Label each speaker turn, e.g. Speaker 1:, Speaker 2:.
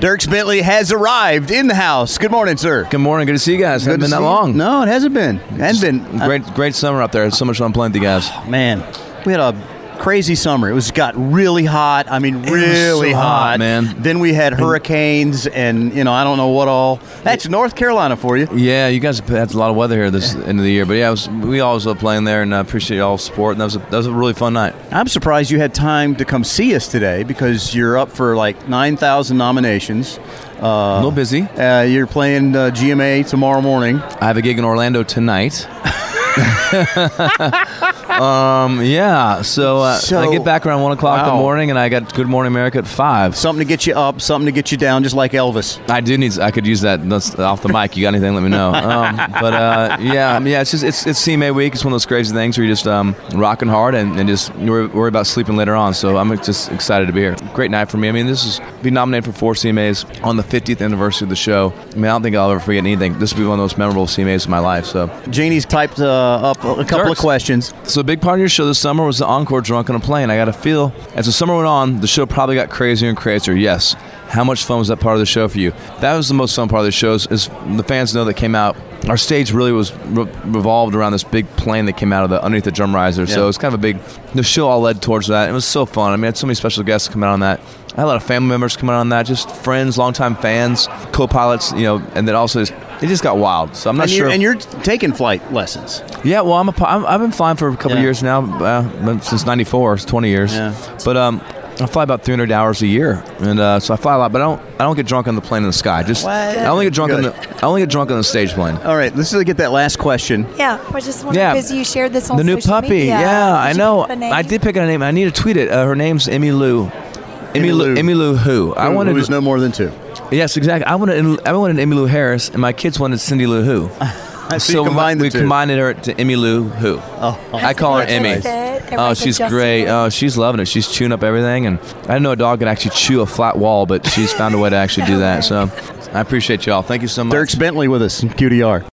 Speaker 1: Dirk Bentley has arrived in the house. Good morning, sir.
Speaker 2: Good morning. Good to see you guys.
Speaker 1: Good
Speaker 2: Hasn't
Speaker 1: to
Speaker 2: been that
Speaker 1: see you.
Speaker 2: long.
Speaker 1: No, it hasn't been. It hasn't been.
Speaker 2: Great, great summer up there. It's so much fun playing with you guys.
Speaker 1: Uh, man, we had a crazy summer. It was got really hot. I mean,
Speaker 2: was
Speaker 1: really
Speaker 2: so hot, man.
Speaker 1: Then we had hurricanes and, you know, I don't know what all. That's North Carolina for you.
Speaker 2: Yeah, you guys have had a lot of weather here this end of the year, but yeah, it was, we always love playing there, and I appreciate y'all's support. And that was a, that was a really fun night.
Speaker 1: I'm surprised you had time to come see us today because you're up for like 9,000 nominations. Uh,
Speaker 2: A little busy.
Speaker 1: Uh, you're playing uh, GMA tomorrow morning.
Speaker 2: I have a gig in Orlando tonight. um, yeah, so, uh,
Speaker 1: So-
Speaker 2: I get back around one o'clock in
Speaker 1: Wow.
Speaker 2: the morning, and I got Good Morning America at five. So
Speaker 1: Something to get you up, something to get you down, just like Elvis.
Speaker 2: I do need. I could use that. That's off the mic. You got anything? Let me know. Um, but uh, yeah, I mean, yeah. It's just it's it's CMA week. It's one of those crazy things where you're just um, rocking hard and, and just worry, worry about sleeping later on. So I'm just excited to be here. Great night for me. I mean, this is be nominated for four CMAs on the 50th anniversary of the show. I mean, I don't think I'll ever forget anything. This will be one of the most memorable CMAs of my life. So
Speaker 1: Janie's typed uh, up a couple of
Speaker 2: Dirks.
Speaker 1: questions.
Speaker 2: So a big part of your show this summer was the encore drunk on a plane. I got a feel as the summer went on, the show probably got crazier and crazier. Yes. How much fun was that part of the show for you? That was the most fun part of the show is, is the fans know that came out. Our stage really was re- revolved around this big plane that came out of the underneath the drum riser. So
Speaker 1: Yeah.
Speaker 2: it was kind of a big. The show all led towards that. It was so fun. I mean, I had so many special guests come out on that. I had a lot of family members come out on that. Just friends, longtime fans, co-pilots, you know, and then also just, it just got wild. So I'm not
Speaker 1: and,
Speaker 2: sure.
Speaker 1: you're, and you're taking flight lessons.
Speaker 2: Yeah, well, I'm a, pi- I'm, I've been flying for a couple
Speaker 1: Yeah.
Speaker 2: years now, uh, but since '94, it's 20 years.
Speaker 1: Yeah.
Speaker 2: But um, I fly about 300 hours a year, and uh, so I fly a lot. But I don't I don't get drunk on the plane in the sky. Just
Speaker 1: What?
Speaker 2: I only get drunk on
Speaker 1: Good.
Speaker 2: the I only get drunk on the stage plane.
Speaker 1: All right, let's just get that last question.
Speaker 3: Yeah, I just wondering
Speaker 2: Yeah.
Speaker 3: because you shared this on
Speaker 2: the new
Speaker 3: social
Speaker 2: puppy.
Speaker 3: media.
Speaker 2: Yeah, I
Speaker 3: Did you
Speaker 2: know.
Speaker 3: pick up a name?
Speaker 2: I did pick out a name. I need to tweet it. Uh, her name's Emmy Lou.
Speaker 1: Emmy
Speaker 2: Emmy
Speaker 1: Lou.
Speaker 2: Lou. Emmy Lou. Who? I
Speaker 1: Who-
Speaker 2: wanted.
Speaker 1: who is no more than two.
Speaker 2: Yes, exactly. I wanted. I wanted Emmy Lou Harris, and my kids wanted Cindy Lou Who.
Speaker 1: So you
Speaker 2: we-
Speaker 1: combined the
Speaker 2: we
Speaker 1: two.
Speaker 2: combined her to Emmy Lou Who.
Speaker 1: Oh,
Speaker 2: I call her
Speaker 3: Everyone
Speaker 2: Emmy.
Speaker 3: likes it.
Speaker 2: Oh,
Speaker 3: Everyone's
Speaker 2: she's
Speaker 3: adjusting
Speaker 2: great.
Speaker 3: it.
Speaker 2: Oh, she's loving it. She's chewing up everything, and I didn't know a dog could actually chew a flat wall, but she's found a way to actually do that. So, I appreciate y'all. Thank you so much.
Speaker 1: Dirks Bentley with us, from QDR.